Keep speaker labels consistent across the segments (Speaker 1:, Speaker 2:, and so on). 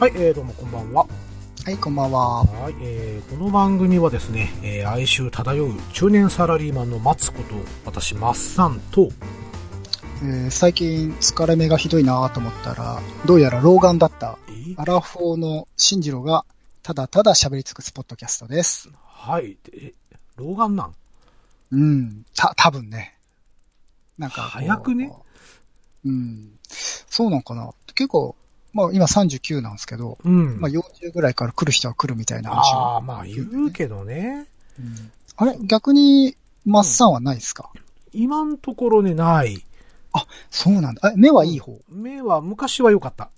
Speaker 1: はい、えー、どうもこんばんは。
Speaker 2: はい、こんばんは。
Speaker 1: はい、えー、この番組はですね、えー、哀愁漂う中年サラリーマンの松子と、私、マッサンと、
Speaker 2: えー最近疲れ目がひどいなと思ったら、どうやら老眼だった
Speaker 1: えー
Speaker 2: アラフォーの新次郎が、ただただ喋り尽くすポッドキャストです。
Speaker 1: はい、え、老眼なん
Speaker 2: うん、た、多分ね。なんかこう。
Speaker 1: 早くね
Speaker 2: うん。そうなんかな。結構、まあ今39なんですけど、
Speaker 1: うん。
Speaker 2: まあ40ぐらいから来る人は来るみたいな話を。
Speaker 1: あー、まあ言うけどね、
Speaker 2: うんあれ逆に、マッサンはないですか、
Speaker 1: 今のところね、ない。
Speaker 2: そうなんだ。え、目はいい方
Speaker 1: 目は、昔は良かった。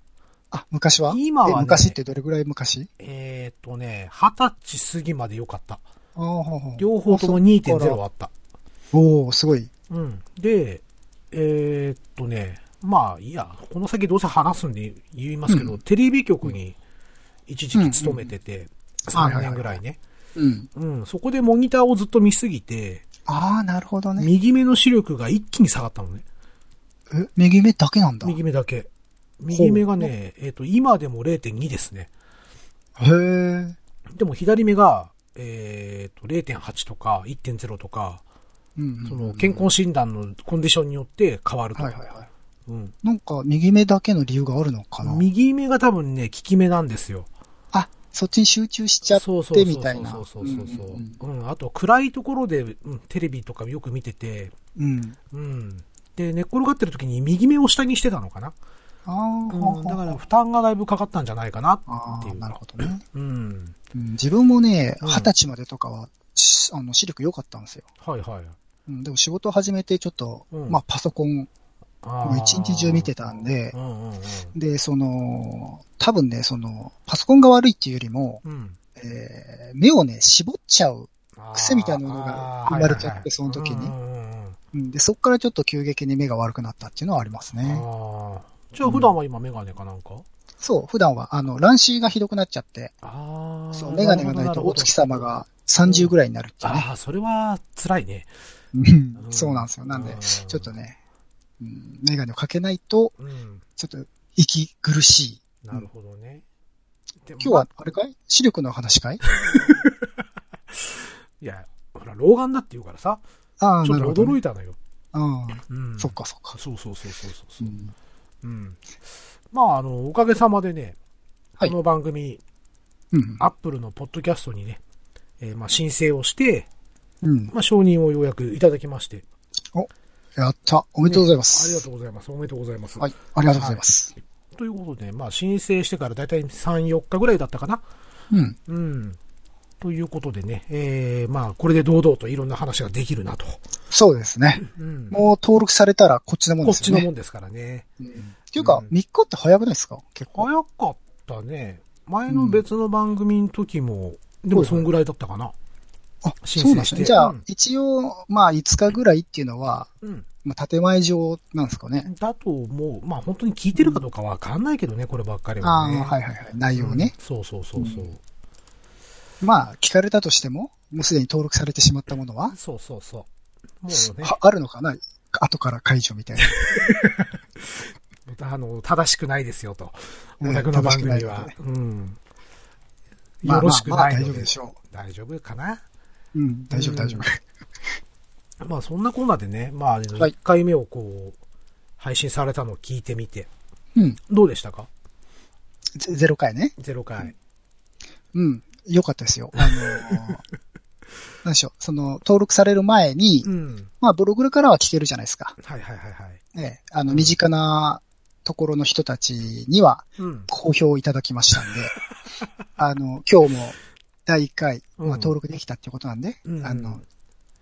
Speaker 2: あ、昔は
Speaker 1: 今はね
Speaker 2: え昔ってどれぐらい昔
Speaker 1: えー、とね、二十歳過ぎまで良かった。
Speaker 2: あーほうほう
Speaker 1: 両方とも2.0あった。
Speaker 2: おおすごい。
Speaker 1: うん。で、えー、っとね、まあ、いいや、この先どうせ話すんで言いますけど、
Speaker 2: うん
Speaker 1: テレビ局に一時期勤めてて、
Speaker 2: はい
Speaker 1: 3
Speaker 2: はいはい
Speaker 1: 年ぐらいね。
Speaker 2: うん。
Speaker 1: うん、そこでモニターをずっと見すぎて、
Speaker 2: ああ、なるほどね。
Speaker 1: 右目の視力が一気に下がったのね。
Speaker 2: え右目だけなんだ。へ
Speaker 1: 右目だけ。右目がね、えーっと、今でも0.2ですね。
Speaker 2: え。
Speaker 1: でも左目が、えー、っと、0.8とか1.0とか、
Speaker 2: うん
Speaker 1: その健康診断のコンディションによって変わると。
Speaker 2: はいはいは
Speaker 1: うん。
Speaker 2: い。なんか、右目だけの理由があるのかな
Speaker 1: 右目が多分ね、効き目なんですよ。
Speaker 2: あ、そっちに集中しちゃってみたいな。
Speaker 1: そうそうそうそう
Speaker 2: う
Speaker 1: そ
Speaker 2: ん
Speaker 1: う。うん、あと暗いところで、うん、テレビとかよく見てて、
Speaker 2: うんうん。うん
Speaker 1: うん。で、寝っ転がってる時に右目を下にしてたのかな。
Speaker 2: あー
Speaker 1: うん、だから負担がだいぶかかったんじゃないかな
Speaker 2: あ
Speaker 1: ってい
Speaker 2: ー
Speaker 1: う。
Speaker 2: なるほどね。
Speaker 1: うん。
Speaker 2: うん自分もね、
Speaker 1: うん
Speaker 2: 二十歳までとかは、しあの、視力良かったんですよ。
Speaker 1: はいはい。
Speaker 2: うん、でも仕事始めてちょっと、
Speaker 1: うん
Speaker 2: まあパソコン、
Speaker 1: あ
Speaker 2: もう
Speaker 1: ー
Speaker 2: 一日中見てたんで
Speaker 1: う、んうんうん。
Speaker 2: で、その、多分ね、その、パソコンが悪いっていうよりも、
Speaker 1: うん。
Speaker 2: えー目をね、絞っちゃう
Speaker 1: あー
Speaker 2: 癖みたいなものが生まれちゃっ
Speaker 1: あー
Speaker 2: て
Speaker 1: はいはいはい
Speaker 2: その時に
Speaker 1: うんうんうん
Speaker 2: うんで、そこからちょっと急激に目が悪くなったっていうのはありますね。
Speaker 1: あーじゃあ普段は今メガネかなんか、
Speaker 2: そう、普段は、あの、乱視がひどくなっちゃって、
Speaker 1: ああ。
Speaker 2: そう、メガネがないとお月
Speaker 1: な
Speaker 2: 様
Speaker 1: る
Speaker 2: が30ぐらいになるっていう
Speaker 1: ああ、それは辛いね。
Speaker 2: ね。
Speaker 1: う
Speaker 2: うんんそうなんですよ。なんで
Speaker 1: うん、
Speaker 2: ちょっとね、うんメガネをかけないと、
Speaker 1: うん。
Speaker 2: ちょっと、息苦しい。
Speaker 1: なるほどね。でも
Speaker 2: 今日は、あれかい視力の話かい
Speaker 1: いや、ほら、老眼だって言うからさ、
Speaker 2: ああ、
Speaker 1: ちょ
Speaker 2: な
Speaker 1: っ
Speaker 2: るほ
Speaker 1: と
Speaker 2: ど
Speaker 1: 驚
Speaker 2: ね。
Speaker 1: いたのよ。
Speaker 2: あ
Speaker 1: うん。
Speaker 2: あ、そっ。かそっか。
Speaker 1: そうそうそうそうそうう。
Speaker 2: ん
Speaker 1: うん。まあ、あの、おかげさまでね、
Speaker 2: はい
Speaker 1: この番組、
Speaker 2: うん。
Speaker 1: アップルのポッドキャストにね、えーまあ、申請をして、
Speaker 2: うん。
Speaker 1: まあ、承認をようやくいただきまして。
Speaker 2: やった。おめでとうございま
Speaker 1: ありがと
Speaker 2: す。
Speaker 1: うございます。おめでとうございます。
Speaker 2: はい。ありがとうございます。
Speaker 1: ということで、まあ、申請してからだいたい3、4日ぐらいだったかな。
Speaker 2: うん。
Speaker 1: うん。ということでね、えー、まあ、これで堂々といろんな話ができるなと。
Speaker 2: そうですね。
Speaker 1: うん。
Speaker 2: もう登録されたらこっちのもん
Speaker 1: こっ
Speaker 2: です
Speaker 1: ち
Speaker 2: よ
Speaker 1: の
Speaker 2: ね。
Speaker 1: もんですからね。
Speaker 2: っていうか
Speaker 1: うん、
Speaker 2: 3日って早くないですか結構。
Speaker 1: 早かったね。前の別の番組の時も、でもそんぐらいだったかな。
Speaker 2: あ、
Speaker 1: 申請して
Speaker 2: そうなんですね。じゃあ
Speaker 1: うん、
Speaker 2: 一応、まあ、5日ぐらいっていうのは、
Speaker 1: うん。
Speaker 2: まあ、建前上なんですかね。
Speaker 1: だと思う。まあ本当に聞いてるかどうかわかんないけどね、こればっかり
Speaker 2: あ
Speaker 1: は
Speaker 2: あ、
Speaker 1: ね。
Speaker 2: はいはい
Speaker 1: い。
Speaker 2: はい。内容ね。
Speaker 1: そうそうそうそう。
Speaker 2: まあ、聞かれたとしても、もうすでに登録されてしまったものは、
Speaker 1: そうそうそう。もうね、
Speaker 2: はあるのかな後から解除みたいな。
Speaker 1: あの、正しくないですよと。
Speaker 2: うん
Speaker 1: お宅の番組
Speaker 2: 正しくない
Speaker 1: は
Speaker 2: ので。
Speaker 1: うん。
Speaker 2: ま
Speaker 1: よ
Speaker 2: あ
Speaker 1: ろしく
Speaker 2: まあまあ
Speaker 1: ない
Speaker 2: 大
Speaker 1: の
Speaker 2: 丈夫
Speaker 1: で
Speaker 2: で。しょ
Speaker 1: 大丈夫かな
Speaker 2: う。うん、大丈夫
Speaker 1: うん
Speaker 2: 大丈夫。
Speaker 1: まあそんなコーナーでね、まあ
Speaker 2: はい
Speaker 1: 1回目をこう、配信されたのを聞いてみて、
Speaker 2: うん、
Speaker 1: どうでしたか
Speaker 2: ゼゼロ回ね。
Speaker 1: ゼロ回。
Speaker 2: うん、よかったですよ。あのー、なんでしょう。その、登録される前に
Speaker 1: う、ん。
Speaker 2: まあ、ブログからは聞けるじゃないですか。
Speaker 1: はいはいはいはい。
Speaker 2: ええ、あの、身近なところの人たちには
Speaker 1: うん。
Speaker 2: 好評いただきました んで、あの、今日も第1回、まあ
Speaker 1: うん、
Speaker 2: 登録できたってことなんで、
Speaker 1: うん
Speaker 2: あの、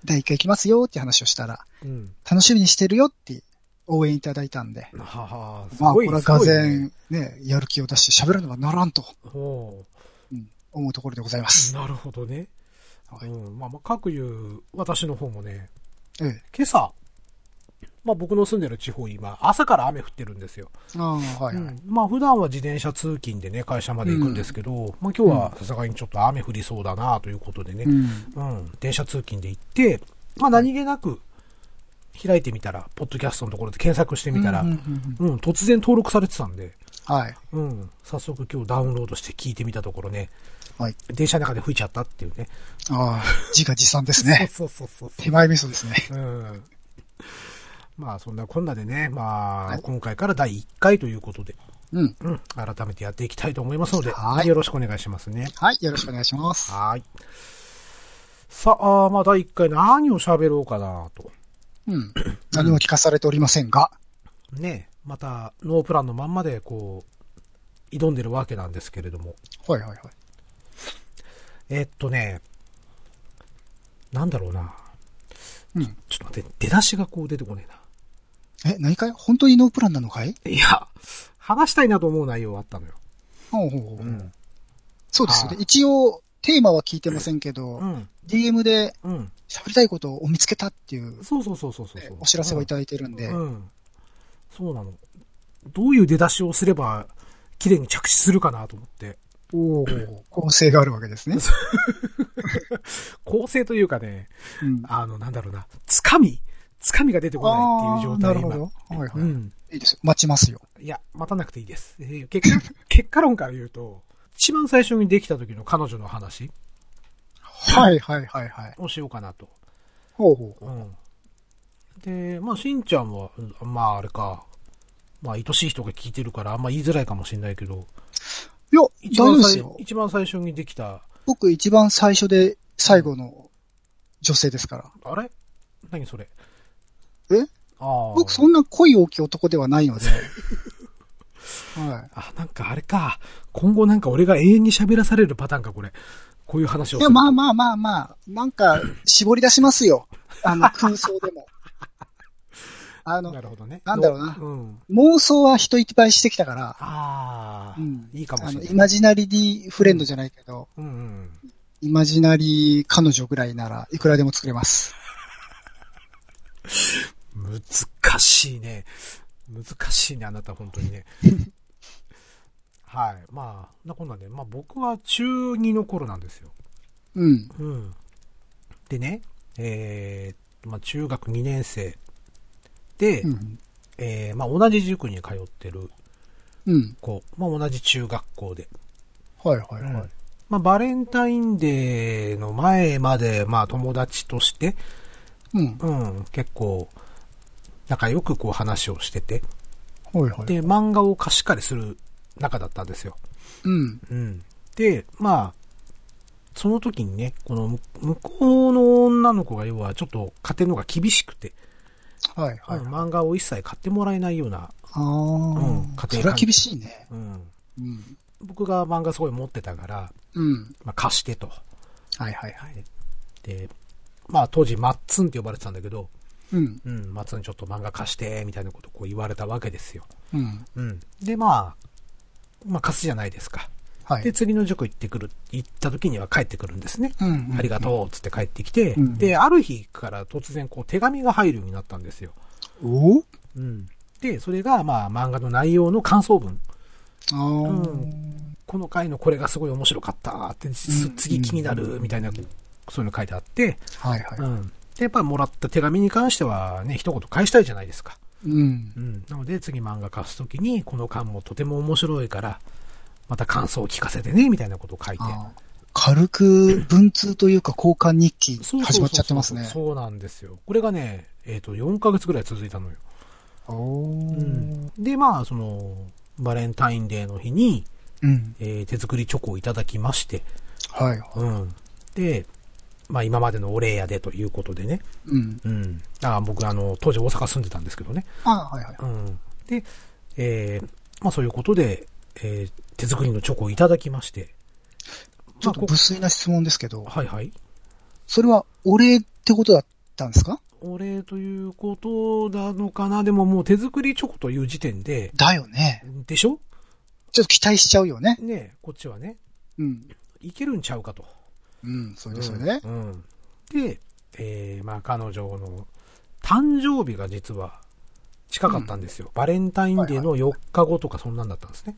Speaker 2: 第1回行きますよって話をしたら、
Speaker 1: うん。
Speaker 2: 楽しみにしてるよって応援いただいたんで、
Speaker 1: ははす
Speaker 2: まあ、こ
Speaker 1: ごい
Speaker 2: れはが
Speaker 1: すごい
Speaker 2: ぜ
Speaker 1: ね
Speaker 2: んね、やる気を出して喋るのはならんと
Speaker 1: お
Speaker 2: 思うところでございま
Speaker 1: ー
Speaker 2: す。
Speaker 1: なるほどね。
Speaker 2: はい
Speaker 1: うん。まあまあ、各いう、私の方もね、
Speaker 2: ええ。
Speaker 1: 今朝、まあ僕の住んでる地方、今、朝から雨降ってるんですよ。
Speaker 2: ああ、はいはい。
Speaker 1: うんまあ普段は自転車通勤でね、会社まで行くんですけど、まあ今日はさすがにちょっと雨降りそうだなということでね、
Speaker 2: うん。
Speaker 1: うん、電車通勤で行って、まあ何気なく開いてみたら、ポッドキャストのところで検索してみたら、
Speaker 2: う
Speaker 1: うん、
Speaker 2: うんんうんうん
Speaker 1: 突然登録されてたんで、
Speaker 2: はい。
Speaker 1: うん、早速今日ダウンロードして聞いてみたところね、
Speaker 2: はい。
Speaker 1: 電車の中で吹いちゃったっていうね。。
Speaker 2: ああ、自画自賛ですね
Speaker 1: そうそうそう そ
Speaker 2: 手前味噌ですね。
Speaker 1: う。うん。まあそんなこんなでね、ま
Speaker 2: は
Speaker 1: あ
Speaker 2: い
Speaker 1: 今回から第1回ということで、
Speaker 2: うん。
Speaker 1: うん、改めてやっていきたいと思いますので、
Speaker 2: はい
Speaker 1: よろしくお願いしますね。
Speaker 2: はい。よろしくお願いします。
Speaker 1: はい。さあ、あーまあ第1回何を喋ろうかなと。
Speaker 2: うん。 何も聞かされておりませんが。
Speaker 1: ね、またノープランのまんまでこう、挑んでるわけなんですけれども。
Speaker 2: はいはいはい。
Speaker 1: えっとね、なんだろうな。
Speaker 2: うん。
Speaker 1: ちょっと待って、出だしがこう出てこねえな。
Speaker 2: え、何かい本当にノープランなのかい
Speaker 1: いや、話したいなと思う内容はあったのよ。
Speaker 2: ほうほうほう
Speaker 1: うん。
Speaker 2: そうですよね
Speaker 1: は。
Speaker 2: 一応、テーマは聞いてませんけど、
Speaker 1: うん。
Speaker 2: DM で
Speaker 1: うん。
Speaker 2: 喋りたいことを見つけたっていう、
Speaker 1: そうそうそうそうそうそう。
Speaker 2: お知らせはいただいてるんで、
Speaker 1: うんうん。そうなの。どういう出だしをすれば、綺麗に着地するかなと思って。
Speaker 2: おー構成があるわけです ね。
Speaker 1: 構成というかね、
Speaker 2: うん、あ
Speaker 1: あの、なんだろうな、つかみつかみが出てこないっていう状
Speaker 2: ー
Speaker 1: 態
Speaker 2: なるほど。
Speaker 1: 今
Speaker 2: はいはい。
Speaker 1: うん。
Speaker 2: いいですよ。待ちますよ。
Speaker 1: いや、待たなくていいです。えー結果、 結果論から言うと、一番最初にできた時の彼女の話
Speaker 2: はいはいはいはい。
Speaker 1: をしようかなと。
Speaker 2: ほうほう。
Speaker 1: うん。で、まあ、しんちゃんは、うんまあ、あれか、まあ、愛しい人が聞いてるから、あんま言いづらいかもしれないけど、
Speaker 2: いや、
Speaker 1: 一
Speaker 2: 大丈
Speaker 1: 番
Speaker 2: 夫です
Speaker 1: 最
Speaker 2: よ。
Speaker 1: 一番最初にできた、
Speaker 2: 僕一番最初で最後の女性ですから。
Speaker 1: あれ何それ
Speaker 2: え
Speaker 1: ああ。
Speaker 2: 僕そんな恋大きい男ではない ので。は
Speaker 1: あ、なんかあれか。今後なんか俺が永遠に喋らされるパターンか、これ。こういう話
Speaker 2: い。
Speaker 1: を
Speaker 2: い
Speaker 1: する。
Speaker 2: や、まあまあまあまあ、なんか、絞り出しますよ。あの、空想でも。あの
Speaker 1: な、るほどね。
Speaker 2: なんだろうな
Speaker 1: うん。
Speaker 2: 妄想は人いっぱいしてきたから、
Speaker 1: ああ、
Speaker 2: うん
Speaker 1: いいかも
Speaker 2: あ
Speaker 1: し
Speaker 2: の、
Speaker 1: れ
Speaker 2: イ
Speaker 1: ない。
Speaker 2: マジナリーフレンドじゃないけど、
Speaker 1: うんうん。
Speaker 2: イマジナリー彼女ぐらいならいくらでも作れます。
Speaker 1: 難しいね。難しいね、あなた、本当に ね。はい。まあ、な、こんなんで、まあ僕は中2の頃なんですよ。
Speaker 2: うん。
Speaker 1: うん。でね、えー、まあ中学2年生で、
Speaker 2: うん。
Speaker 1: えー、まあ同じ塾に通ってる
Speaker 2: うん。
Speaker 1: 子、まあ同じ中学校で。
Speaker 2: はいはいはい。
Speaker 1: まあバレンタインデーの前まで、まあ友達として、
Speaker 2: うん。
Speaker 1: うん、結構、仲良くこう話をしてて、
Speaker 2: はいはい。
Speaker 1: で、漫画を貸し借りする仲だったんですよ。
Speaker 2: うん。
Speaker 1: うん。で、まあ、その時にね、このむ向こうの女の子が要はちょっと家庭のが厳しくて、
Speaker 2: はいはい。
Speaker 1: うん
Speaker 2: あ
Speaker 1: 漫画を一切買ってもらえないような、
Speaker 2: あ
Speaker 1: うん家庭環
Speaker 2: ー。
Speaker 1: 境
Speaker 2: それは厳しいね。
Speaker 1: うん、
Speaker 2: うん。
Speaker 1: 僕が漫画すごい持ってたから、
Speaker 2: うん。
Speaker 1: まあ、貸してと。
Speaker 2: はいはいはい。
Speaker 1: はい。で、まあ当時マッツンって呼ばれてたんだけど、
Speaker 2: うん。
Speaker 1: うん、マッツンちょっと漫画貸して、みたいなことをこう言われたわけですよ。
Speaker 2: うん。
Speaker 1: うん。で、まあ、まあ貸すじゃないですか。
Speaker 2: は
Speaker 1: で、
Speaker 2: い。
Speaker 1: 次の塾行ってくる、行った時には帰ってくるんですね。
Speaker 2: うん
Speaker 1: ありがとう、つって帰ってきて、
Speaker 2: うん
Speaker 1: で、ある日から突然こう手紙が入るようになったんですよ。
Speaker 2: う。お
Speaker 1: うん。で、それがまあ漫画の内容の感想文。
Speaker 2: ああ
Speaker 1: うこの回のこれがすごい面白かったって、す
Speaker 2: うん
Speaker 1: 次気になるみたいな、そういうの書いてあって、
Speaker 2: はい
Speaker 1: うん。
Speaker 2: は
Speaker 1: で、やっぱもらった手紙に関してはね、一言返したいじゃないですか。
Speaker 2: い。うん
Speaker 1: う。ん。なので次漫画貸すときに、この巻もとても面白いから、また感想を聞かせてね、みたいなことを書いて。
Speaker 2: あー軽く文通というか交換日記
Speaker 1: そうそうそうそう
Speaker 2: 始まっちゃってますね。
Speaker 1: そうなんですよ。これがね、えっ、と、4ヶ月ぐらい続いたのよ。
Speaker 2: おー
Speaker 1: で、まあ、その、バレンタインデーの日に、
Speaker 2: うん。
Speaker 1: えー手作りチョコをいただきまして、
Speaker 2: はい。
Speaker 1: うん。で、まあ、今までのお礼やでということでね、
Speaker 2: うん。
Speaker 1: うん。あ僕、あの、当時大阪住んでたんですけどね、
Speaker 2: あーはいはい。
Speaker 1: うん。で、えーまあ、そういうことで、えー手作りのチョコをいただきまして、
Speaker 2: ちょっと
Speaker 1: まあこ
Speaker 2: 無粋な質問ですけど、
Speaker 1: はいはい。
Speaker 2: それはお礼ってことだったんですか
Speaker 1: お礼ということなのかなでももう手作りチョコという時点で、
Speaker 2: だよね。
Speaker 1: でしょ
Speaker 2: ちょっと期待しちゃうよね。
Speaker 1: ねえこっちはね、
Speaker 2: うん。
Speaker 1: いけるんちゃうかと。
Speaker 2: うん、それでそれで。
Speaker 1: うんうんで、えーまあ彼女の誕生日が実は近かったんですよ。バレンタインデーの4日後とかそんなんだったんですね。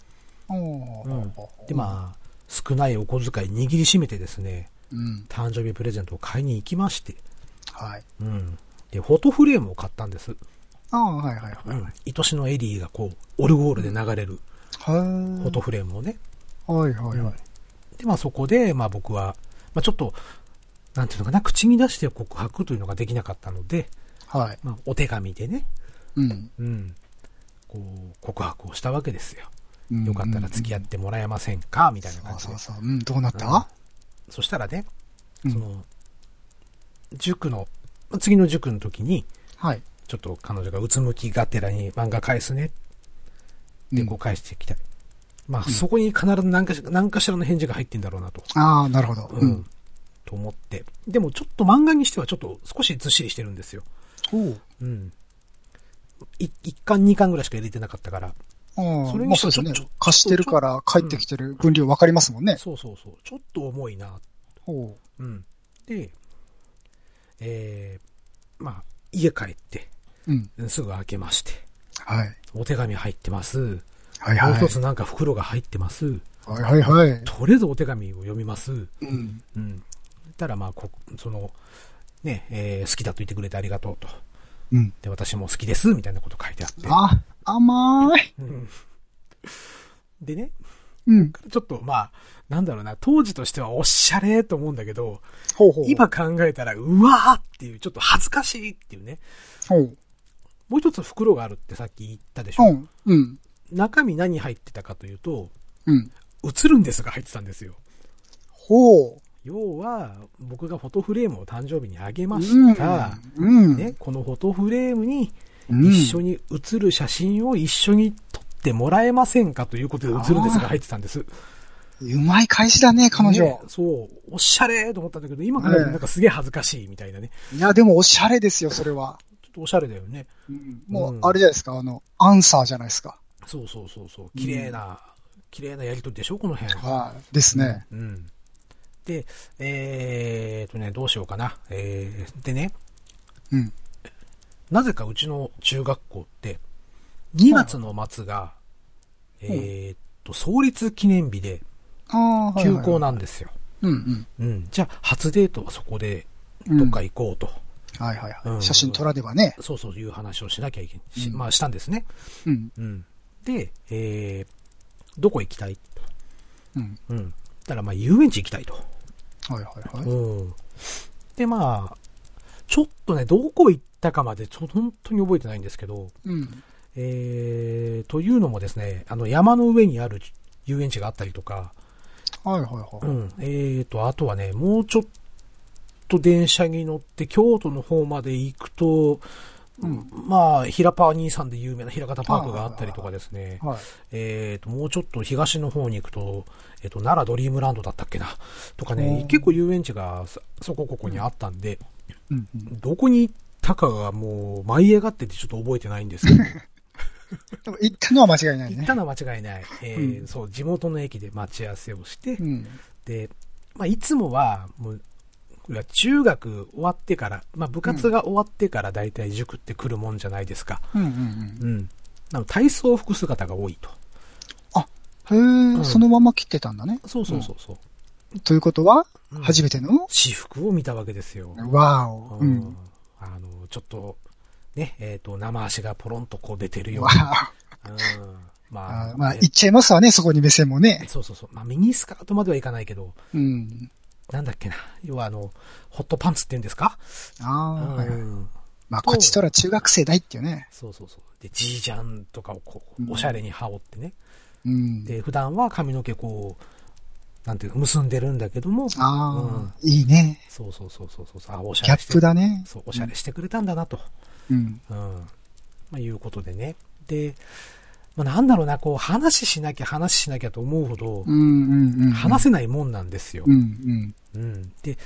Speaker 2: おー
Speaker 1: うんで、まあ、少ないお小遣い握りしめてですね、
Speaker 2: うん。
Speaker 1: 誕生日プレゼントを買いに行きまして、
Speaker 2: はい。
Speaker 1: うん。で、フォトフレームを買ったんです。
Speaker 2: ああ、はいはいは
Speaker 1: うん。愛しのエリーがこう、オルゴールで流れる。フォトフレームをね。
Speaker 2: はいはいはい。
Speaker 1: で、まあそこで、まあ僕は、まあちょっと、なんていうのかな、口に出して告白というのができなかったので、
Speaker 2: はい。
Speaker 1: まあお手紙でね、
Speaker 2: うん。
Speaker 1: うん、こう、告白をしたわけですよ。
Speaker 2: うん
Speaker 1: よかったら付き合ってもらえませんかみたいな
Speaker 2: そ
Speaker 1: 感
Speaker 2: う
Speaker 1: じ
Speaker 2: そ
Speaker 1: で
Speaker 2: う。そう。うん、どうなった
Speaker 1: そしたらね、
Speaker 2: うん
Speaker 1: その、塾の、まあ次の塾の時に、
Speaker 2: はい。
Speaker 1: ちょっと彼女がうつむきがてらに漫画返すねってこう返してきたり。まあ、そこに必ず何かし何かしらの返事が入ってんだろうなと。
Speaker 2: ああ、なるほど。
Speaker 1: う。
Speaker 2: うんん。
Speaker 1: と思って。でもちょっと漫画にしてはちょっと少しずっしりしてるんですよ。
Speaker 2: おう
Speaker 1: うん。い一巻二巻ぐらいしか入れてなかったから。
Speaker 2: ああ
Speaker 1: それ
Speaker 2: ま
Speaker 1: に
Speaker 2: あ
Speaker 1: して
Speaker 2: そうですよね
Speaker 1: ちょちょ。
Speaker 2: 貸してるから帰ってきてる分量分かりますもんね。
Speaker 1: そうそうそう。ちょっと重いな。
Speaker 2: ほ
Speaker 1: うん。で、えー、まあ、家帰って、
Speaker 2: う。うん。
Speaker 1: すぐ開けまして。
Speaker 2: はい。
Speaker 1: お手紙入ってます。も
Speaker 2: はいうはい
Speaker 1: 一。つなんか袋が入ってます。
Speaker 2: はいはいはい。
Speaker 1: とりあえずお手紙を読みます。
Speaker 2: うん。
Speaker 1: うん。たら、まあ、こ、その、ね、えー好きだと言ってくれてありがとうと。
Speaker 2: うん。
Speaker 1: で、私も好きです、みたいなこと書いてあって。
Speaker 2: あ、甘い。
Speaker 1: うんでね、
Speaker 2: うん。
Speaker 1: ちょっとまあ、なんだろうな、当時としてはおっしゃれと思うんだけど、
Speaker 2: ほうほう。
Speaker 1: 今考えたら、うわーっていう、ちょっと恥ずかしいっていうね。
Speaker 2: ほう。
Speaker 1: もう一つ袋があるってさっき言ったでし
Speaker 2: う
Speaker 1: ょ。
Speaker 2: ん。うん。
Speaker 1: 中身何入ってたかというと、
Speaker 2: うん。
Speaker 1: 映るんですが入ってたんですよ。
Speaker 2: ほ
Speaker 1: 要は、僕がフォトフレームを誕生日にあげ
Speaker 2: う。
Speaker 1: ま
Speaker 2: うん
Speaker 1: した。。
Speaker 2: うん。
Speaker 1: ね、このフォトフレームに
Speaker 2: うん。
Speaker 1: 一緒に写る写真を一緒に撮ってもらえませんかということで写るんですが入ってたんです。
Speaker 2: うまい返しだね、彼女。
Speaker 1: ねそう、おっしゃれーと思ったんだけど、今から
Speaker 2: ええ
Speaker 1: なんかすげえ恥ずかしいみたいなね。
Speaker 2: いや、でもおしゃれですよ、それは。
Speaker 1: ちょっとおしゃれだよね。
Speaker 2: も
Speaker 1: う、
Speaker 2: うんあれじゃないですか、あの、アンサーじゃないですか。
Speaker 1: そうそうそうそう、綺麗な、綺麗なやりとりでしょ、この辺。
Speaker 2: はい。ですね。
Speaker 1: うん。で、えーっとね、どうしようかな。えー、でね、
Speaker 2: うん。
Speaker 1: なぜかうちの中学校って、2月の末が、
Speaker 2: いはい
Speaker 1: えーっと、創立記念日で
Speaker 2: ああ、
Speaker 1: 休校
Speaker 2: な。
Speaker 1: なんですよ。
Speaker 2: うん
Speaker 1: うん。じゃあ、初デートはそこで、
Speaker 2: うん。
Speaker 1: どっか行こうと。
Speaker 2: うん。はいはい
Speaker 1: うん
Speaker 2: はい。写真撮らねばね。
Speaker 1: そうそういう話をしなきゃいけない。し
Speaker 2: うん
Speaker 1: まあ、したんですね。
Speaker 2: うん。
Speaker 1: うん。で、えー、どこ行きたい
Speaker 2: うん。
Speaker 1: うん。たら、まあ、遊園地行きたいと。
Speaker 2: はいはいはい。
Speaker 1: うん。で、まあ、ちょっとね、どこ行ったかまで、ちょ、本当に覚えてないんですけど、
Speaker 2: うん。
Speaker 1: えー、というのもですね、あの、山の上にある遊園地があったりとか、
Speaker 2: はいはいは
Speaker 1: う
Speaker 2: い。
Speaker 1: ん。えーと、あとはね、もうちょっと電車に乗って、京都の方まで行くと、
Speaker 2: うん。
Speaker 1: まあ、平パー兄さんで有名な平方パークがあったりとかですね。
Speaker 2: はい。
Speaker 1: えーと、もうちょっと東の方に行くと、えっ、と、奈良ドリームランドだったっけな。とか
Speaker 2: う
Speaker 1: ね
Speaker 2: ん、
Speaker 1: 結構遊園地がそそこここにあったんで、
Speaker 2: うんうん。
Speaker 1: どこに行ったかがもう舞い上がっててちょっと覚えてないんですけど、
Speaker 2: でも行ったのは間違いない
Speaker 1: 行っ
Speaker 2: ね
Speaker 1: た。のは間違いない。えー
Speaker 2: うん
Speaker 1: そう、地元の駅で待ち合わせをして、
Speaker 2: うん。
Speaker 1: で、まあ、いつもは、もう、いや中学終わってから、まあ、部活が終わってから大体塾って来るもんじゃないですか。
Speaker 2: うんうん
Speaker 1: うん。なので体操服姿が多いと。
Speaker 2: うん。へ
Speaker 1: う
Speaker 2: え、
Speaker 1: ん
Speaker 2: そのまま切ってたんだね。
Speaker 1: そうそうそうそう。
Speaker 2: ということは、
Speaker 1: うん
Speaker 2: 初めての
Speaker 1: 私服を見たわけですよ。
Speaker 2: わーお。
Speaker 1: う
Speaker 2: う
Speaker 1: ん
Speaker 2: ん。
Speaker 1: あの、ちょっと、ね、えっ、と、生足がポロンとこう出てるよ
Speaker 2: わー
Speaker 1: うな。うん。
Speaker 2: お。
Speaker 1: ま
Speaker 2: あ
Speaker 1: あ、
Speaker 2: ーまあ、
Speaker 1: えー
Speaker 2: 行っちゃいますわね、そこに目線もね。
Speaker 1: そうそうそう。まあ、ミニスカートまではいかないけど、
Speaker 2: うん。
Speaker 1: なんだっけな。要はあの、ホットパンツって言うんですかう
Speaker 2: ああ、はいはい。
Speaker 1: ん。
Speaker 2: まあ、こっちとら中学生だいっていうね。
Speaker 1: そうそうそう。で、ジージャンとかをこ
Speaker 2: うん
Speaker 1: う、おしゃれに羽織ってね。
Speaker 2: うん。
Speaker 1: で、普段は髪の毛こう、なんていうか、結んでるんだけども、
Speaker 2: ああ、いいね。
Speaker 1: そうそうそうそうそう、あ、おし
Speaker 2: ギ
Speaker 1: ゃ
Speaker 2: ャ
Speaker 1: れし
Speaker 2: ッ
Speaker 1: て
Speaker 2: プ、だね。
Speaker 1: そう、おしゃれしてくれたんだなと。
Speaker 2: うん。
Speaker 1: うん。まあ、いうことでね。で、まあ、なんだろうな、こう、話しなきゃ話しなきゃと思うほど
Speaker 2: う、んうんうん。
Speaker 1: 話
Speaker 2: せ。
Speaker 1: せないもんなんですよ
Speaker 2: う。ん
Speaker 1: うん。で、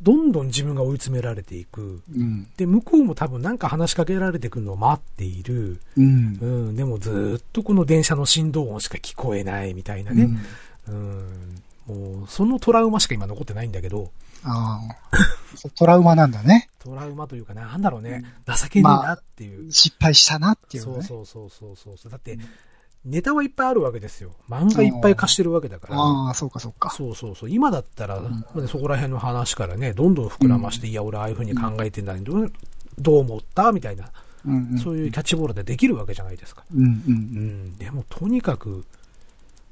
Speaker 1: どんどん自分が追い詰められていく。
Speaker 2: うん。うん。
Speaker 1: で、向こうも多分なんか話しかけられてくるのを待っている。
Speaker 2: うん
Speaker 1: う。ん、でもずーっとこの電車の振動音しか聞こえないみたいな
Speaker 2: う
Speaker 1: ね。
Speaker 2: ん
Speaker 1: うん、もう、そのトラウマしか今残ってないんだけど、
Speaker 2: ああ。トラウマなんだね。
Speaker 1: トラウマというかなんだろうね、情けねえなっていう。
Speaker 2: 失敗したなっていう
Speaker 1: そ
Speaker 2: ね。
Speaker 1: うそうそうそうそうそう。だって、ネタはいっぱいあるわけですよ。漫画いっぱい貸してるわけだから。
Speaker 2: ああ、そうかそうか。
Speaker 1: そうそうそう。今だったら、まあねそこら辺の話からね、どんどん膨らまして、いや、俺ああいう風に考えてんだどうどう思ったみたいな。
Speaker 2: うんうん。
Speaker 1: そういうキャッチボールでできるわけじゃないですか。
Speaker 2: うんう
Speaker 1: うんん、でもとにかく、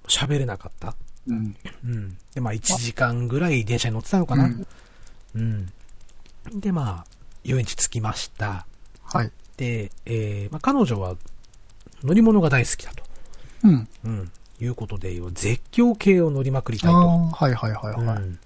Speaker 1: 喋れなかった。
Speaker 2: うん。
Speaker 1: うん。で、まあ、1時間ぐらい電車に乗ってたのかな。
Speaker 2: う
Speaker 1: うん
Speaker 2: ん。
Speaker 1: で、まあ、遊園地着きました。
Speaker 2: はい。
Speaker 1: で、えー、まあ、彼女は乗り物が大好きだと。
Speaker 2: うん。
Speaker 1: うん。いうことで、絶叫系を乗りまくりた
Speaker 2: あ
Speaker 1: い
Speaker 2: あ
Speaker 1: と。、
Speaker 2: はいはいはいは
Speaker 1: う
Speaker 2: い。
Speaker 1: ん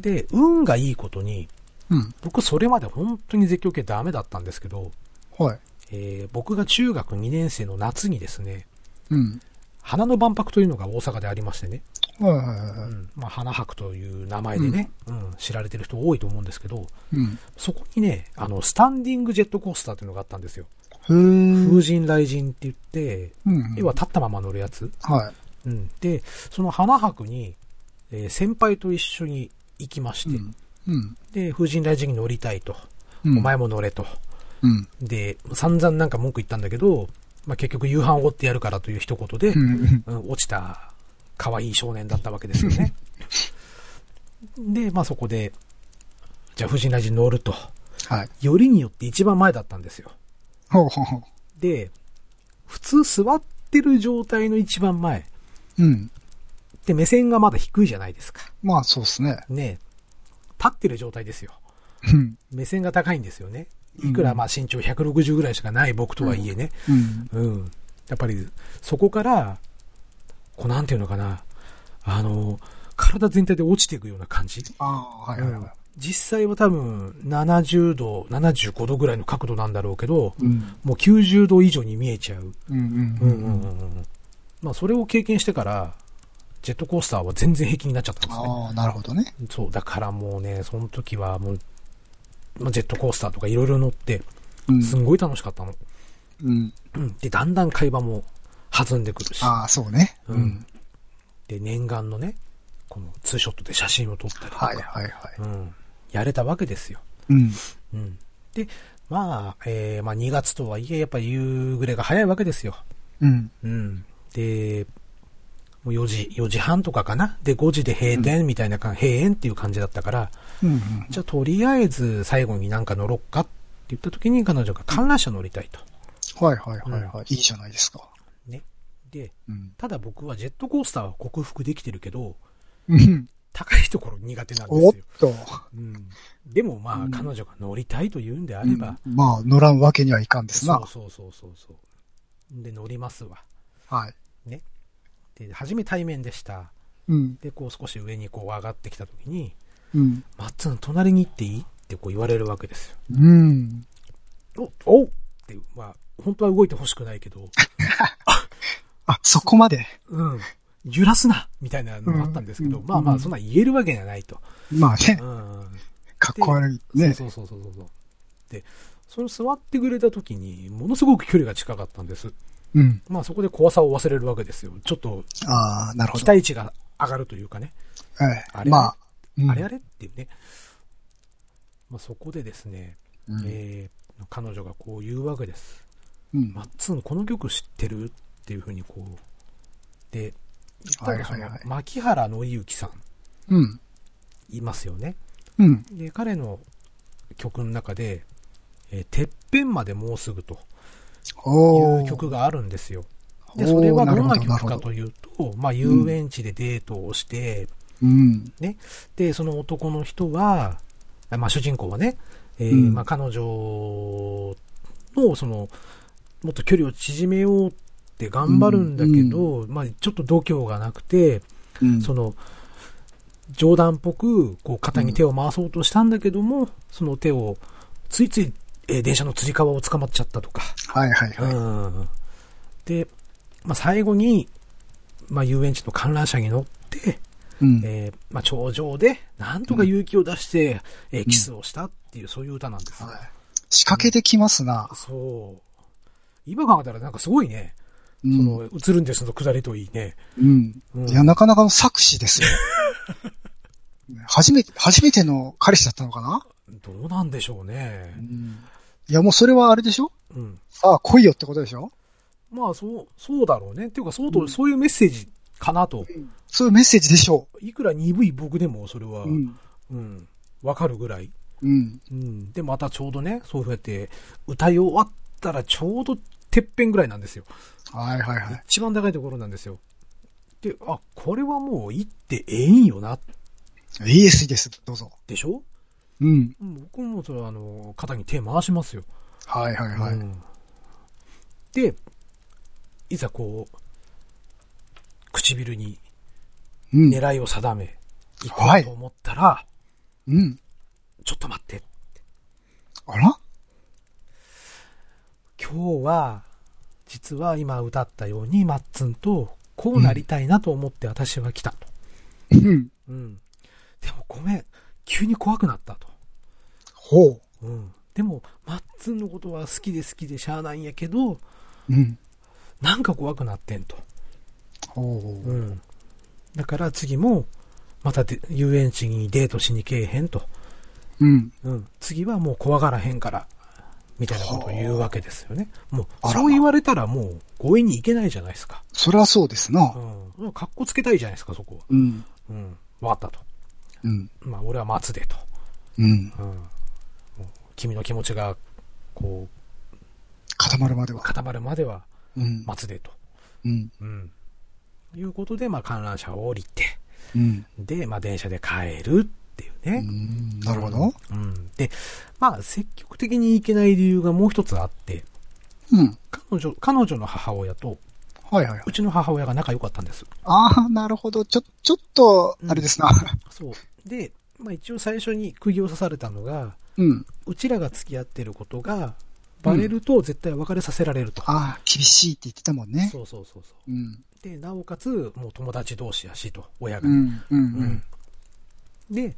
Speaker 1: で、運がいいことに、
Speaker 2: うん。
Speaker 1: 僕それまで本当に絶叫系ダメだったんですけど、
Speaker 2: はい。
Speaker 1: えー僕が中学2年生の夏にですね、
Speaker 2: うん。
Speaker 1: 花の万博というのが大阪でありましてね、
Speaker 2: はいはいはいは
Speaker 1: う
Speaker 2: い。
Speaker 1: んまあ、花博という名前でね、うん知られてる人多いと思うんですけど、
Speaker 2: うん。
Speaker 1: そこにね、あの、スタンディングジェットコースターというのがあったんですよ。
Speaker 2: へー
Speaker 1: 風神雷神って言って、
Speaker 2: うん。
Speaker 1: 要は立ったまま乗るやつ。
Speaker 2: はい。
Speaker 1: うん、で、その花博に、えー先輩と一緒に行きまして、
Speaker 2: うん。うん。
Speaker 1: で、風神雷神に乗りたいと、
Speaker 2: うん
Speaker 1: お前も乗れと。
Speaker 2: うん。
Speaker 1: で、散々なんか文句言ったんだけど、まあ、結局夕飯を追ってやるからという一言で、
Speaker 2: うん。
Speaker 1: うん落ちた可愛い少年だったわけですよね。 で、まあそこで、じゃあ、藤井ラジに乗ると。
Speaker 2: はい。
Speaker 1: よりによって一番前だったんですよ。
Speaker 2: ほうほうほう。
Speaker 1: で、普通座ってる状態の一番前
Speaker 2: うん。
Speaker 1: って目線がまだ低いじゃないですか。
Speaker 2: まあ、そうですね。
Speaker 1: ねえ立ってる状態ですよ。
Speaker 2: うん。
Speaker 1: 目線が高いんですよね。いくらまあ身長160ぐらいしかない僕とはいえね。
Speaker 2: うん。
Speaker 1: うん。やっぱり、そこから、こうなんていうのかな。あの、体全体で落ちていくような感じ。
Speaker 2: ああ、はいはいはい。
Speaker 1: 実際は多分70度、75度ぐらいの角度なんだろうけど、
Speaker 2: うん。
Speaker 1: もう90度以上に見えちゃう。
Speaker 2: うん。うん。うん。
Speaker 1: ん。まあそれを経験してから、ジェットコースターは全然平気になっちゃったんですね。
Speaker 2: ああ、なるほどね。
Speaker 1: そう、だからもうね、その時はもう、まあ、ジェットコースターとかいろいろ乗って、
Speaker 2: うん。
Speaker 1: すんごい楽しかったの。
Speaker 2: うん。
Speaker 1: うんで、だんだん会話も弾んでくるし。
Speaker 2: ああ、そうね。
Speaker 1: う
Speaker 2: うんん。
Speaker 1: で、念願のね、このツーショットで写真を撮ったりとか、
Speaker 2: はいはいはい。
Speaker 1: うん、やれたわけですよ。
Speaker 2: うん。
Speaker 1: うん、で、まあ、えーまあ2月とはいえ、やっぱ夕暮れが早いわけですよ。
Speaker 2: うん。
Speaker 1: うん、で、もう4時、4時半とかかな。で、5時で閉店みたいなか、閉園っていう感じだったから、
Speaker 2: うん。
Speaker 1: じゃあとりあえず最後になんか乗ろっかって言った時に彼女が観覧車乗りたいと。
Speaker 2: はいはいはいはい。いいじゃないですか。
Speaker 1: ね。で、
Speaker 2: うん。
Speaker 1: ただ僕はジェットコースターは克服できてるけど、
Speaker 2: うん。
Speaker 1: 高いところ苦手なんで
Speaker 2: おっ
Speaker 1: すよ。
Speaker 2: と。
Speaker 1: うん、でもまあ、
Speaker 2: うん
Speaker 1: 彼女が乗りたいと言うんであれば、
Speaker 2: うんまあ、乗らんわけにはいかんです
Speaker 1: そ
Speaker 2: な
Speaker 1: う。そうそうそうそう。で、乗りますわ。
Speaker 2: はい。
Speaker 1: で、初め対面でした。
Speaker 2: うん。
Speaker 1: で、こう少し上にこう上がってきたときに、
Speaker 2: うん。
Speaker 1: マッツン隣に行っていいってこう言われるわけです
Speaker 2: うん。
Speaker 1: よ。お、おうって、まあ、本当は動いてほしくないけど、
Speaker 2: あ、そこまで。
Speaker 1: うん。揺らすなみたいなのがあったんですけど、
Speaker 2: うん
Speaker 1: まあま
Speaker 2: う
Speaker 1: あ、
Speaker 2: ん
Speaker 1: そんな言えるわけじゃないと。
Speaker 2: まあね
Speaker 1: う、ん。
Speaker 2: かっこ悪いね。
Speaker 1: そうそうそうそうそう。で、その座ってくれた時に、ものすごく距離が近かったんです。
Speaker 2: うん。
Speaker 1: まあそこで怖さを忘れるわけですよ。ちょっと
Speaker 2: ああ、なるほ
Speaker 1: 期
Speaker 2: ど。え
Speaker 1: 待値が上がるというかね。あ
Speaker 2: え
Speaker 1: れ
Speaker 2: まあ、うん
Speaker 1: あれあれっていうね。まあそこでですね、
Speaker 2: うん
Speaker 1: えー彼女がこう言うわけです。
Speaker 2: うん
Speaker 1: マッツンこの曲知ってるっていうふうにこう。で、一方のそ
Speaker 2: はい
Speaker 1: の
Speaker 2: はいはい、
Speaker 1: 牧原の之さん
Speaker 2: うん。
Speaker 1: いますよね。
Speaker 2: うん。
Speaker 1: で、彼の曲の中で、えーてっぺんまでもうすぐと。
Speaker 2: お
Speaker 1: いう
Speaker 2: ー
Speaker 1: 曲があるんですよ。
Speaker 2: お
Speaker 1: で、それはどんな
Speaker 2: ーる
Speaker 1: 曲
Speaker 2: ほど
Speaker 1: か
Speaker 2: るほど
Speaker 1: というと、まあ、遊園地でデートをして、
Speaker 2: うん。
Speaker 1: で、その男の人は、あまあ、主人公はね、えー
Speaker 2: うん
Speaker 1: まあ、彼女の、その、もっと距離を縮めようって頑張るんだけど、まあ、ちょっと度胸がなくて、
Speaker 2: うん。
Speaker 1: その、冗談っぽく、こう、肩に手を回そうとしたんだけども、その手を、ついつい、えー電車のつり革を捕まっちゃったとか、
Speaker 2: はいはいはい。
Speaker 1: うんで、まあ、最後に、まあ、遊園地の観覧車に乗って、
Speaker 2: うん。
Speaker 1: えーまあ、頂上で、なんとか勇気を出して、えーキスをしたっていう、そういう歌なんです。
Speaker 2: はい仕掛けてきますな。
Speaker 1: そう。今考えたらなんかすごいね。そ
Speaker 2: うん。
Speaker 1: の、映るんですの下りといいね。
Speaker 2: うん。
Speaker 1: うん
Speaker 2: いや、なかなかの作詞ですよ。 初めて、初めての彼氏だったのかな
Speaker 1: どうなんでしょうね
Speaker 2: う。ん。いや、もうそれはあれでしょ
Speaker 1: うん。
Speaker 2: さあ、来いよってことでしょ
Speaker 1: まあ、そう、そうだろうね。っていうか、そうと、
Speaker 2: うん
Speaker 1: そういうメッセージかなと。
Speaker 2: そういうメッセージでしょ
Speaker 1: いくら鈍い僕でも、それは、
Speaker 2: う。うん。
Speaker 1: うん、わかるぐらい。
Speaker 2: うん。
Speaker 1: うん、で、またちょうどね、そうやって、歌い終わったらちょうどてっぺんぐらいなんですよ。
Speaker 2: はいはいはい。
Speaker 1: 一番高いところなんですよ。で、あ、これはもう行ってええんよな、
Speaker 2: イエスです。どうぞ。
Speaker 1: でしょ
Speaker 2: うん。
Speaker 1: 僕もそれはあの、肩に手回しますよ。
Speaker 2: はいはいはい。
Speaker 1: うんで、いざこう、唇に
Speaker 2: うん。
Speaker 1: 狙いを定め、行こ
Speaker 2: は
Speaker 1: う
Speaker 2: い
Speaker 1: と思ったら、
Speaker 2: うん。
Speaker 1: ちょっと待って、
Speaker 2: あら
Speaker 1: 今日は、実は今歌ったように、マッツンと、こうなりたいなと思って私は来たと。
Speaker 2: うん。
Speaker 1: うん。でもごめん、急に怖くなったと。
Speaker 2: ほう。
Speaker 1: うん。でも、マッツンのことは好きで好きでしゃあないんやけど、
Speaker 2: うん。
Speaker 1: なんか怖くなってんと。
Speaker 2: ほうほう。
Speaker 1: うん。だから次も、またで遊園地にデートしに来えへんと。
Speaker 2: うん。
Speaker 1: うん。次はもう怖がらへんから、みたいなことを言うわけですよね。もう、
Speaker 2: あらま
Speaker 1: そう言われたらもう、強引に行けないじゃないですか。
Speaker 2: そりゃそうですな。
Speaker 1: うん。かっこつけたいじゃないですか、そこは。
Speaker 2: うん。
Speaker 1: うん。わかったと。
Speaker 2: うん。
Speaker 1: まあ、俺は待つでと。
Speaker 2: うん。
Speaker 1: うん。もう君の気持ちが、こう、
Speaker 2: 固まるまでは。
Speaker 1: 固まるまでは
Speaker 2: うん。
Speaker 1: 待つでと。
Speaker 2: うん。
Speaker 1: うん。いうことで、まあ、観覧車を降りて、
Speaker 2: うん。
Speaker 1: で、まあ、電車で帰るっていう
Speaker 2: う
Speaker 1: ね。
Speaker 2: んなるほど。
Speaker 1: うん。で、まあ、積極的に行けない理由がもう一つあって、
Speaker 2: うん。
Speaker 1: 彼女、彼女の母親と、
Speaker 2: はいはいはい。
Speaker 1: うちの母親が仲良かったんです。
Speaker 2: ああ、なるほど。ちょ、ちょっと、あれですな。
Speaker 1: そう。で、まあ一応最初に釘を刺されたのが、
Speaker 2: うん。
Speaker 1: うちらが付き合ってることが、バレると絶対別れさせられると。
Speaker 2: ああ、厳しいって言ってたもんね。
Speaker 1: そうそうそうそう。
Speaker 2: うん。
Speaker 1: で、なおかつ、もう友達同士やしと、親
Speaker 2: う
Speaker 1: が。
Speaker 2: ん。うん。うん。
Speaker 1: で、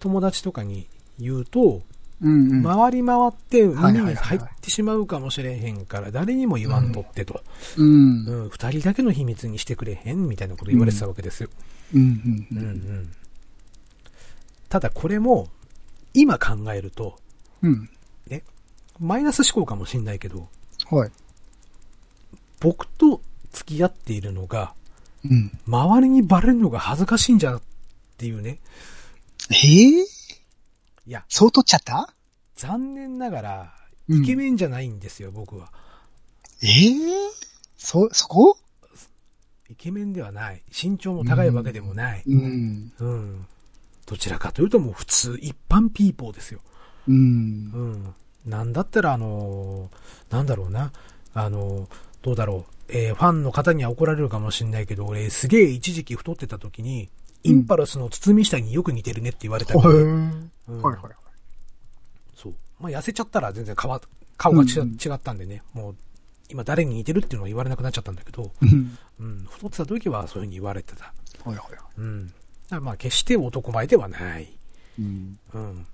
Speaker 1: 友達とかに言うと、
Speaker 2: うん。うん。
Speaker 1: 回り回って
Speaker 2: はいはいはい
Speaker 1: 耳に入ってしまうかもしれへんから、誰にも言わんとってと。
Speaker 2: うん。
Speaker 1: う
Speaker 2: うん。
Speaker 1: ん、二人だけの秘密にしてくれへんみたいなこと言われてたわけですよ。
Speaker 2: うん。う
Speaker 1: うん
Speaker 2: ん。
Speaker 1: うんただこれも、今考えると、
Speaker 2: うん。
Speaker 1: マイナス思考かもしんないけど、
Speaker 2: はい。
Speaker 1: 僕と付き合っているのが、
Speaker 2: うん。
Speaker 1: 周りにバレるのが恥ずかしいんじゃっていうね。
Speaker 2: ええ
Speaker 1: いや、
Speaker 2: そう取っちゃった
Speaker 1: 残念ながら、イ
Speaker 2: うん
Speaker 1: ケメンじゃないんですよ、僕は。
Speaker 2: ええそ、そこ
Speaker 1: イケメンではない。身長も高いわけでもない。
Speaker 2: うん。
Speaker 1: うん。どちらかというともう普通、一般ピーポーですよ。
Speaker 2: うん
Speaker 1: う。ん。なんだったら、あのーなんだろうな。あのーどうだろう。えーファンの方には怒られるかもしれないけど、俺、すげえ一時期太ってた時に、インパルスの包み下によく似てるねって言われたり、
Speaker 2: はい
Speaker 1: うん
Speaker 2: はいはい。
Speaker 1: そう。まあ、痩せちゃったら全然顔顔がち、
Speaker 2: うん
Speaker 1: 違ったんでね、もう、今誰に似てるっていうのは言われなくなっちゃったんだけど、
Speaker 2: うん。
Speaker 1: うん、太ってた時はそういうふうに言われてた。
Speaker 2: はいはいは
Speaker 1: うん。だからまあ、決して男前ではない。
Speaker 2: い。うん。
Speaker 1: うん。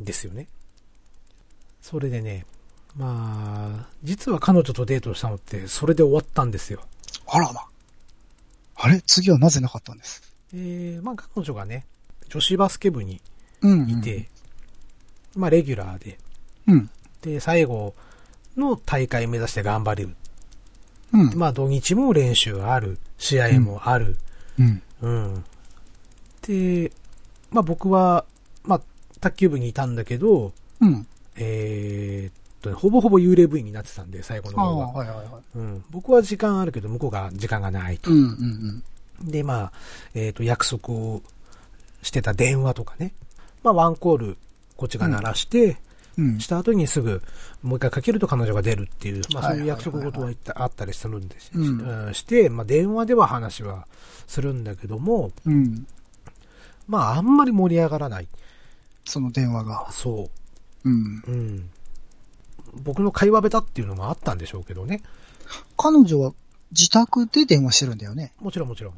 Speaker 1: ですよね。それでね、まあ、実は彼女とデートしたのって、それで終わったんですよ。
Speaker 2: あらま。あれ次はなぜなかったんです
Speaker 1: えー、まあ彼女がね、女子バスケ部に
Speaker 2: うん
Speaker 1: いて、。まあレギュラーで、
Speaker 2: うん。
Speaker 1: で、最後の大会目指して頑張る。
Speaker 2: うん。
Speaker 1: まあ土日も練習ある、試合もある。
Speaker 2: うん。
Speaker 1: うん。で、まあ僕は、まあ卓球部にいたんだけど、
Speaker 2: うん。
Speaker 1: えーっとね、ほぼほぼ幽霊部員になってたんで、最後の
Speaker 2: ああ、
Speaker 1: 方は。
Speaker 2: はいはいはい。
Speaker 1: うん、僕は時間あるけど、向こうが時間がないと。
Speaker 2: うんうん
Speaker 1: で、まあ、えっ、と、約束をしてた電話とかね。まあ、ワンコール、こっちが鳴らして、
Speaker 2: うん。うん
Speaker 1: し。た後にすぐ、もう一回かけると彼女が出るっていう、まあ、そういう約束事は
Speaker 2: は
Speaker 1: い
Speaker 2: はいはいはい
Speaker 1: いったあったりするんです、
Speaker 2: うん
Speaker 1: うんして、まあ、電話では話はするんだけども、
Speaker 2: うん。
Speaker 1: まあ、あんまり盛り上がらない。
Speaker 2: その電話が。
Speaker 1: そ
Speaker 2: うん。
Speaker 1: う。うん。僕の会話下手っていうのもあったんでしょうけどね。
Speaker 2: 彼女は自宅で電話してるんだよね。
Speaker 1: もちろんもちろん。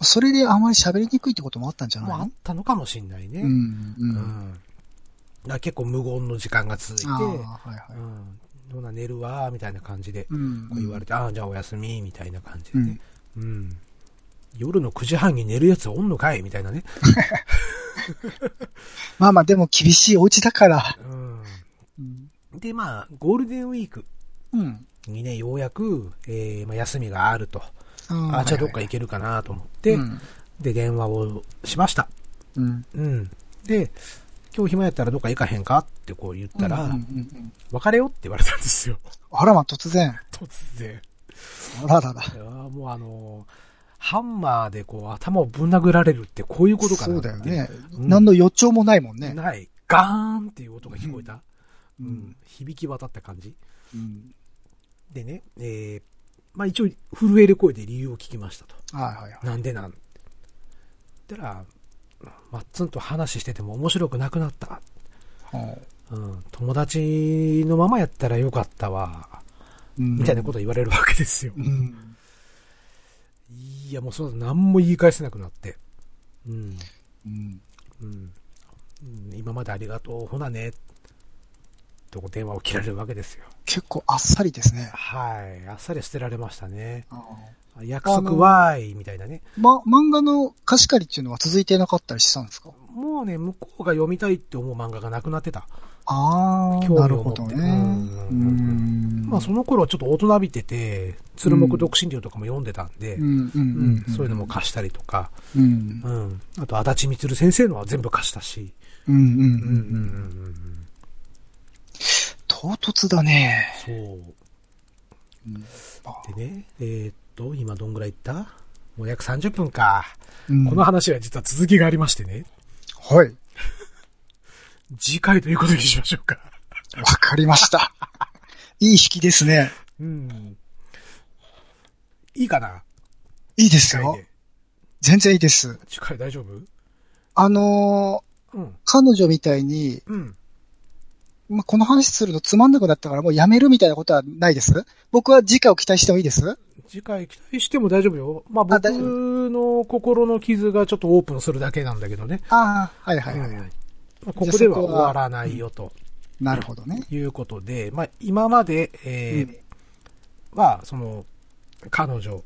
Speaker 2: それであまり喋りにくいってこともあったんじゃ
Speaker 1: まあ、あ
Speaker 2: な
Speaker 1: っ
Speaker 2: い
Speaker 1: たのかもしんないね。
Speaker 2: のうん。う。
Speaker 1: うんん、だから結構無言の時間が続いて、
Speaker 2: ああ、はいは
Speaker 1: う
Speaker 2: い。
Speaker 1: ん、どうな寝るわーみたいな感じで、こ
Speaker 2: うん
Speaker 1: う言われて、ああ、じゃあおやすみみたいな感じ
Speaker 2: う
Speaker 1: でね
Speaker 2: ん、。
Speaker 1: うん夜の9時半に寝るやつおんのかいみたいなね、
Speaker 2: まあまあ、でも厳しいお家だから。
Speaker 1: うん。
Speaker 2: うん。
Speaker 1: で、まあ、ゴールデンウィーク
Speaker 2: うん。
Speaker 1: にね、ようやく、えーまあ、休みがあると、あ
Speaker 2: あ
Speaker 1: あ、じゃあどっか行けるかなと思って、
Speaker 2: うん
Speaker 1: で、電話をしました。
Speaker 2: うん。
Speaker 1: うん。で、今日暇やったらどっか行かへんかってこう言ったら、
Speaker 2: うんうんうん
Speaker 1: 別れよって言われたんですよ。
Speaker 2: あらま、突然。
Speaker 1: 突然。
Speaker 2: あららら。
Speaker 1: いやーもうあのーハンマーでこう頭をぶん殴られるってこういうことか
Speaker 2: そ
Speaker 1: なっ
Speaker 2: う
Speaker 1: て
Speaker 2: だよね。
Speaker 1: うん
Speaker 2: 何の予兆もないもんね。
Speaker 1: ない。ガーンっていう音が聞こえた。
Speaker 2: う
Speaker 1: うんん。響き渡った感じ。
Speaker 2: うん。
Speaker 1: でね、えー、まあ一応震える声で理由を聞きましたと。
Speaker 2: はいはいはい。
Speaker 1: なんでなんたら、まっつんと話してても面白くなくなった。
Speaker 2: はあ
Speaker 1: うん、友達のままやったらよかったわ。
Speaker 2: うん
Speaker 1: みたいなこと言われるわけですよ。
Speaker 2: うん。
Speaker 1: いや、もうその何も言い返せなくなって。うん。
Speaker 2: うん。
Speaker 1: うん。うん今までありがとう。ほなね。と電話を切られるわけですよ。
Speaker 2: 結構あっさりですね。
Speaker 1: はい。あっさり捨てられましたね。
Speaker 2: ああ
Speaker 1: 約束はーい、みたいなね。
Speaker 2: ま、漫画の貸し借りっていうのは続いてなかったりしたんですか
Speaker 1: もうね、向こうが読みたいって思う漫画がなくなってた。
Speaker 2: ああ、
Speaker 1: 興味を持って
Speaker 2: なるほどね。
Speaker 1: うん
Speaker 2: うん
Speaker 1: まあその頃はちょっと大人びてて、鶴木独身寮とかも読んでたんで、
Speaker 2: うんうんう
Speaker 1: うんんそういうのも貸したりとか、
Speaker 2: うん
Speaker 1: う。ん。あと、足立みつる先生のは全部貸したし。
Speaker 2: うんうんうん
Speaker 1: う
Speaker 2: うんうん。
Speaker 1: ん。
Speaker 2: 唐突だね。
Speaker 1: そう。
Speaker 2: うん
Speaker 1: で
Speaker 2: あ
Speaker 1: ね、えーっと、今どんぐらいいったもう約30分か。
Speaker 2: うん
Speaker 1: この話は実は続きがありましてね、
Speaker 2: はい。わ
Speaker 1: 次回ということにしましょうか。
Speaker 2: かりました。 いい引きですね。
Speaker 1: うん。いいかない
Speaker 2: いです
Speaker 1: 次
Speaker 2: よ
Speaker 1: 回。で。
Speaker 2: 全然いいです。
Speaker 1: 次回大丈夫
Speaker 2: あのー
Speaker 1: うん。
Speaker 2: 彼女みたいに、
Speaker 1: うん。
Speaker 2: まあ、この話するのつまんなくなったからもうやめるみたいなことはないです。僕は次回を期待してもいいです。
Speaker 1: 次回期待しても大丈夫よ。まあ
Speaker 2: あ
Speaker 1: 僕
Speaker 2: 大丈
Speaker 1: の心の傷がちょっとオープンするだけなんだけどね。
Speaker 2: ああ、はいはいはい。
Speaker 1: うんまあここでは
Speaker 2: じゃあそこ
Speaker 1: 終
Speaker 2: は
Speaker 1: わらないよと
Speaker 2: なるほどね。
Speaker 1: いうことで、まあ今まで、えーは、その、彼女、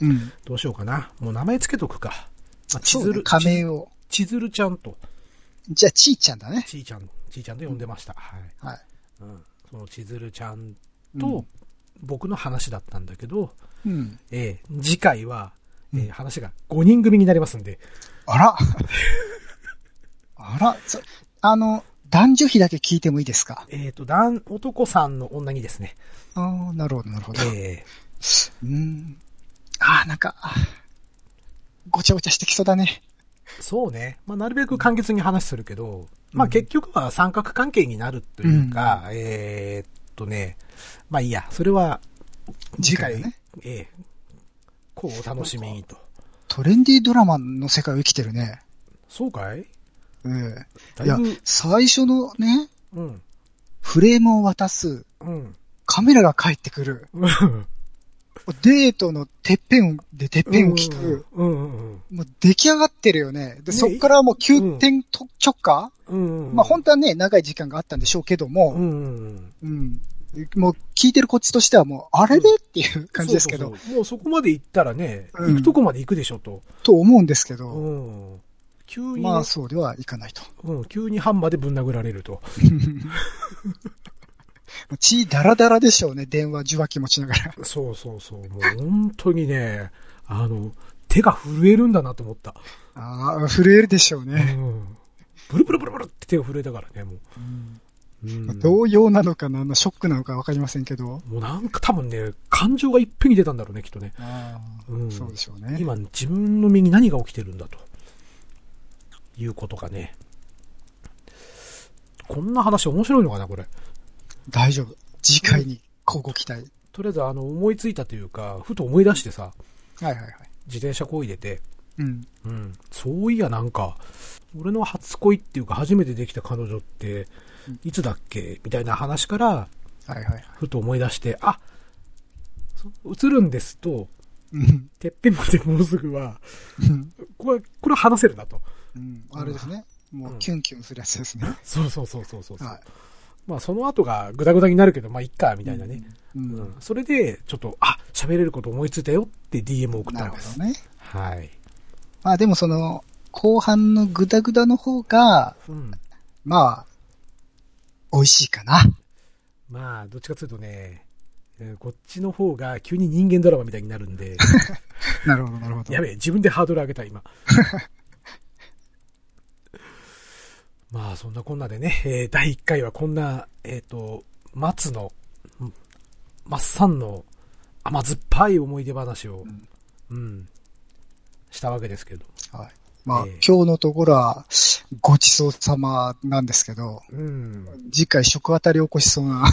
Speaker 2: うん。うん
Speaker 1: どうしようかな。もう名前つけとくか。まあ、千
Speaker 2: そうね
Speaker 1: 鶴、
Speaker 2: 仮名を。
Speaker 1: 千鶴ちゃんと、
Speaker 2: じゃあ、ちーちゃんだね。
Speaker 1: ちいちゃん、ちいちゃんと呼んでました。はい。
Speaker 2: はい。
Speaker 1: うん。その千鶴ちゃん
Speaker 2: うん
Speaker 1: と、僕の話だったんだけど、
Speaker 2: うん。
Speaker 1: えー次回は、えー
Speaker 2: うん
Speaker 1: 話が5人組になりますんで、
Speaker 2: あら。 あら、そあの、男女比だけ聞いてもいいですか
Speaker 1: えっ、と、男、男さんの女にですね、
Speaker 2: ああ、なるほど、なるほど。
Speaker 1: え
Speaker 2: うん。ああ、なんか、あごちゃごちゃしてきそうだね。
Speaker 1: ーそうね、まあ、なるべく簡潔に話するけど、ま
Speaker 2: う
Speaker 1: あ、
Speaker 2: ん
Speaker 1: 結局は三角関係になるというか、えーっとね、まあいいや、それは、
Speaker 2: 次回ね。
Speaker 1: えーこうお楽しみにと。
Speaker 2: トレンディードラマの世界を生きてるね。
Speaker 1: そうかい
Speaker 2: ええ
Speaker 1: だ
Speaker 2: いや
Speaker 1: いぶ、、
Speaker 2: 最初のね、
Speaker 1: うん、
Speaker 2: フレームを渡す、
Speaker 1: うん。
Speaker 2: カメラが帰ってくる、デートのてっぺんでてっぺんを聞く、
Speaker 1: うんうん
Speaker 2: もう出来上がってるよね。
Speaker 1: ね
Speaker 2: で、そっからもう
Speaker 1: う
Speaker 2: 急
Speaker 1: ん
Speaker 2: 転と直下、
Speaker 1: うん。うんうん。
Speaker 2: まあ本当はね、長い時間があったんでしょうけど
Speaker 1: う
Speaker 2: も、
Speaker 1: んうんうん。
Speaker 2: うん。もう聞いてるこっちとしてはもう、あれでっていう感じですけど、
Speaker 1: そうそうそうもうそこまで行ったらね、
Speaker 2: うん
Speaker 1: 行くとこまで行くでしょと。
Speaker 2: と思うんですけど、
Speaker 1: うん。急にね、
Speaker 2: まあそうではいかないと。
Speaker 1: うん、急にハンマーでぶん殴られると。
Speaker 2: 血だらだらでしょうね、電話受話器持ちながら。
Speaker 1: そうそうそう。もう本当にね、あの、手が震えるんだなと思った。
Speaker 2: ああ、震えるでしょう
Speaker 1: う
Speaker 2: ね。
Speaker 1: ん。ブルブルブルブルって手が震えたからね、もう。うん
Speaker 2: まあ動揺なのかな、ショックなのかわかりませんけど。
Speaker 1: もうなんか多分ね、感情がいっぺんに出たんだろうね、きっとね。
Speaker 2: ああ
Speaker 1: うん
Speaker 2: そうでしょうね。
Speaker 1: 今、自分の身に何が起きてるんだと。いうことかね。こんな話面白いのかな、これ。
Speaker 2: 大丈夫。次回に乞うご期待。
Speaker 1: とりあえず、あの、思いついたというか、ふと思い出してさ、
Speaker 2: はいはいはい。
Speaker 1: 自転車こいでて、
Speaker 2: うん。
Speaker 1: うん、そういやなんか、俺の初恋っていうか初めてできた彼女って
Speaker 2: うん、
Speaker 1: いつだっけみたいな話から、
Speaker 2: はいはいはい。
Speaker 1: ふと思い出して、あ映るんですと、
Speaker 2: うん。
Speaker 1: てっぺんまでもうすぐは、
Speaker 2: うん
Speaker 1: これ、これは話せるなと。
Speaker 2: うん。あれですね。も
Speaker 1: う
Speaker 2: うんキュンキュンするやつですね。
Speaker 1: そうそうそうそうそう。
Speaker 2: は
Speaker 1: まあその後がグダグダになるけど、まあいっか、
Speaker 2: い。
Speaker 1: みたいなね。。
Speaker 2: う
Speaker 1: うん。
Speaker 2: ん。
Speaker 1: それで、ちょっと、あ、喋れること思いついたよって DM を送っ
Speaker 2: な
Speaker 1: た
Speaker 2: る
Speaker 1: んです。
Speaker 2: ほどね。
Speaker 1: はい。
Speaker 2: まあでもその、後半のグダグダの方が、
Speaker 1: うん。
Speaker 2: まあ、美味しいかな。
Speaker 1: まあ、どっちかというとね、えーこっちの方が急に人間ドラマみたいになるんで、
Speaker 2: なるほど、なるほど。
Speaker 1: やべえ、自分でハードル上げた、今。まあ、そんなこんなでね、えー第1回はこんな、えっ、と、松の、ん松さんの甘酸っぱい思い出話を、うん、したわけですけど。
Speaker 2: はい。まあ、
Speaker 1: ええ
Speaker 2: 今日のところは、ごちそうさまなんですけど、
Speaker 1: うん。
Speaker 2: 次回食あたり起こしそう な。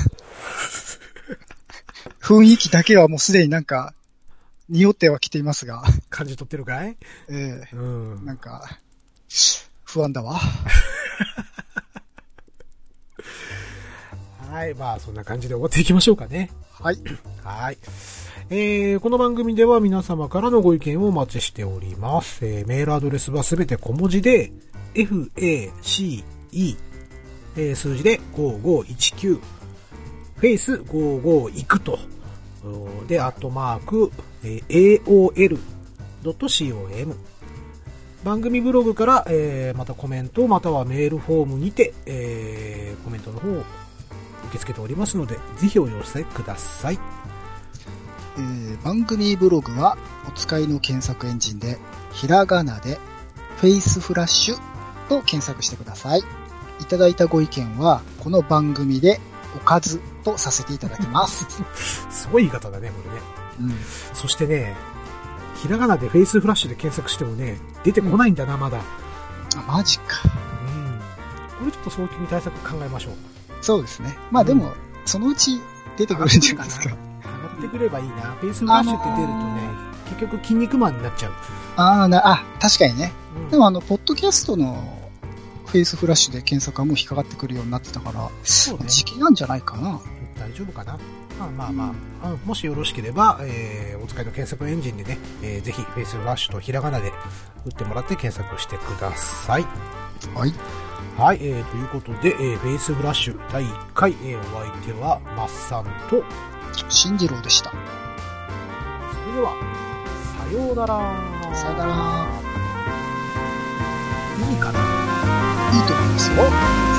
Speaker 2: 雰囲気だけはもうすでになんか、匂ってはきていますが、
Speaker 1: 感じ取ってるかい
Speaker 2: ええ
Speaker 1: うん。
Speaker 2: なんか、不安だわ。
Speaker 1: はい。まあ、そんな感じで終わっていきましょうかね。
Speaker 2: はい。
Speaker 1: はい。えー、この番組では皆様からのご意見をお待ちしております。えー、メールアドレスはすべて小文字で、face、えー、数字で5519、face55 いくと、おーで、アットマーク、えー aol.com。番組ブログから、えー、またコメント、またはメールフォームにて、えー、コメントの方を受け付けておりますので、ぜひお寄せください。
Speaker 2: えー番組ブログはお使いの検索エンジンで、ひらがなで、フェイスフラッシュと検索してください。いただいたご意見は、この番組で、おかずとさせていただき ます。
Speaker 1: すごい言い方だね、これね。
Speaker 2: うん、
Speaker 1: そしてね、ひらがなでフェイスフラッシュで検索してもね、出てこないんだな、まだ。
Speaker 2: あ、マジか。
Speaker 1: うん。これちょっと早急に対策考えましょう。
Speaker 2: そうですね。まあでも、そのうち出てくるんじゃないですか。
Speaker 1: 上がってくればいいな。フェイスフラッシュって出るとね、結局筋肉マンになっちゃう。
Speaker 2: ああ、な、あ、確かにね。
Speaker 1: うん
Speaker 2: でもあの、ポッドキャストのフェイスフラッシュで検索はもう引っかかってくるようになってたから、
Speaker 1: そうね。
Speaker 2: 時期なんじゃないかな。
Speaker 1: 大丈夫かな。まあまあまあ、うんもしよろしければ、えーお使いの検索エンジンでね、えーぜひフェイスフラッシュとひらがなで打ってもらって検索してください。
Speaker 2: はい。
Speaker 1: はい、えー、ということで、えーフェイスフラッシュ第1回、えーお相手は、マッサンと、
Speaker 2: 新次郎でした。
Speaker 1: それでは、さようなら。
Speaker 2: さよなら。
Speaker 1: いいかない
Speaker 2: いと思いますよ。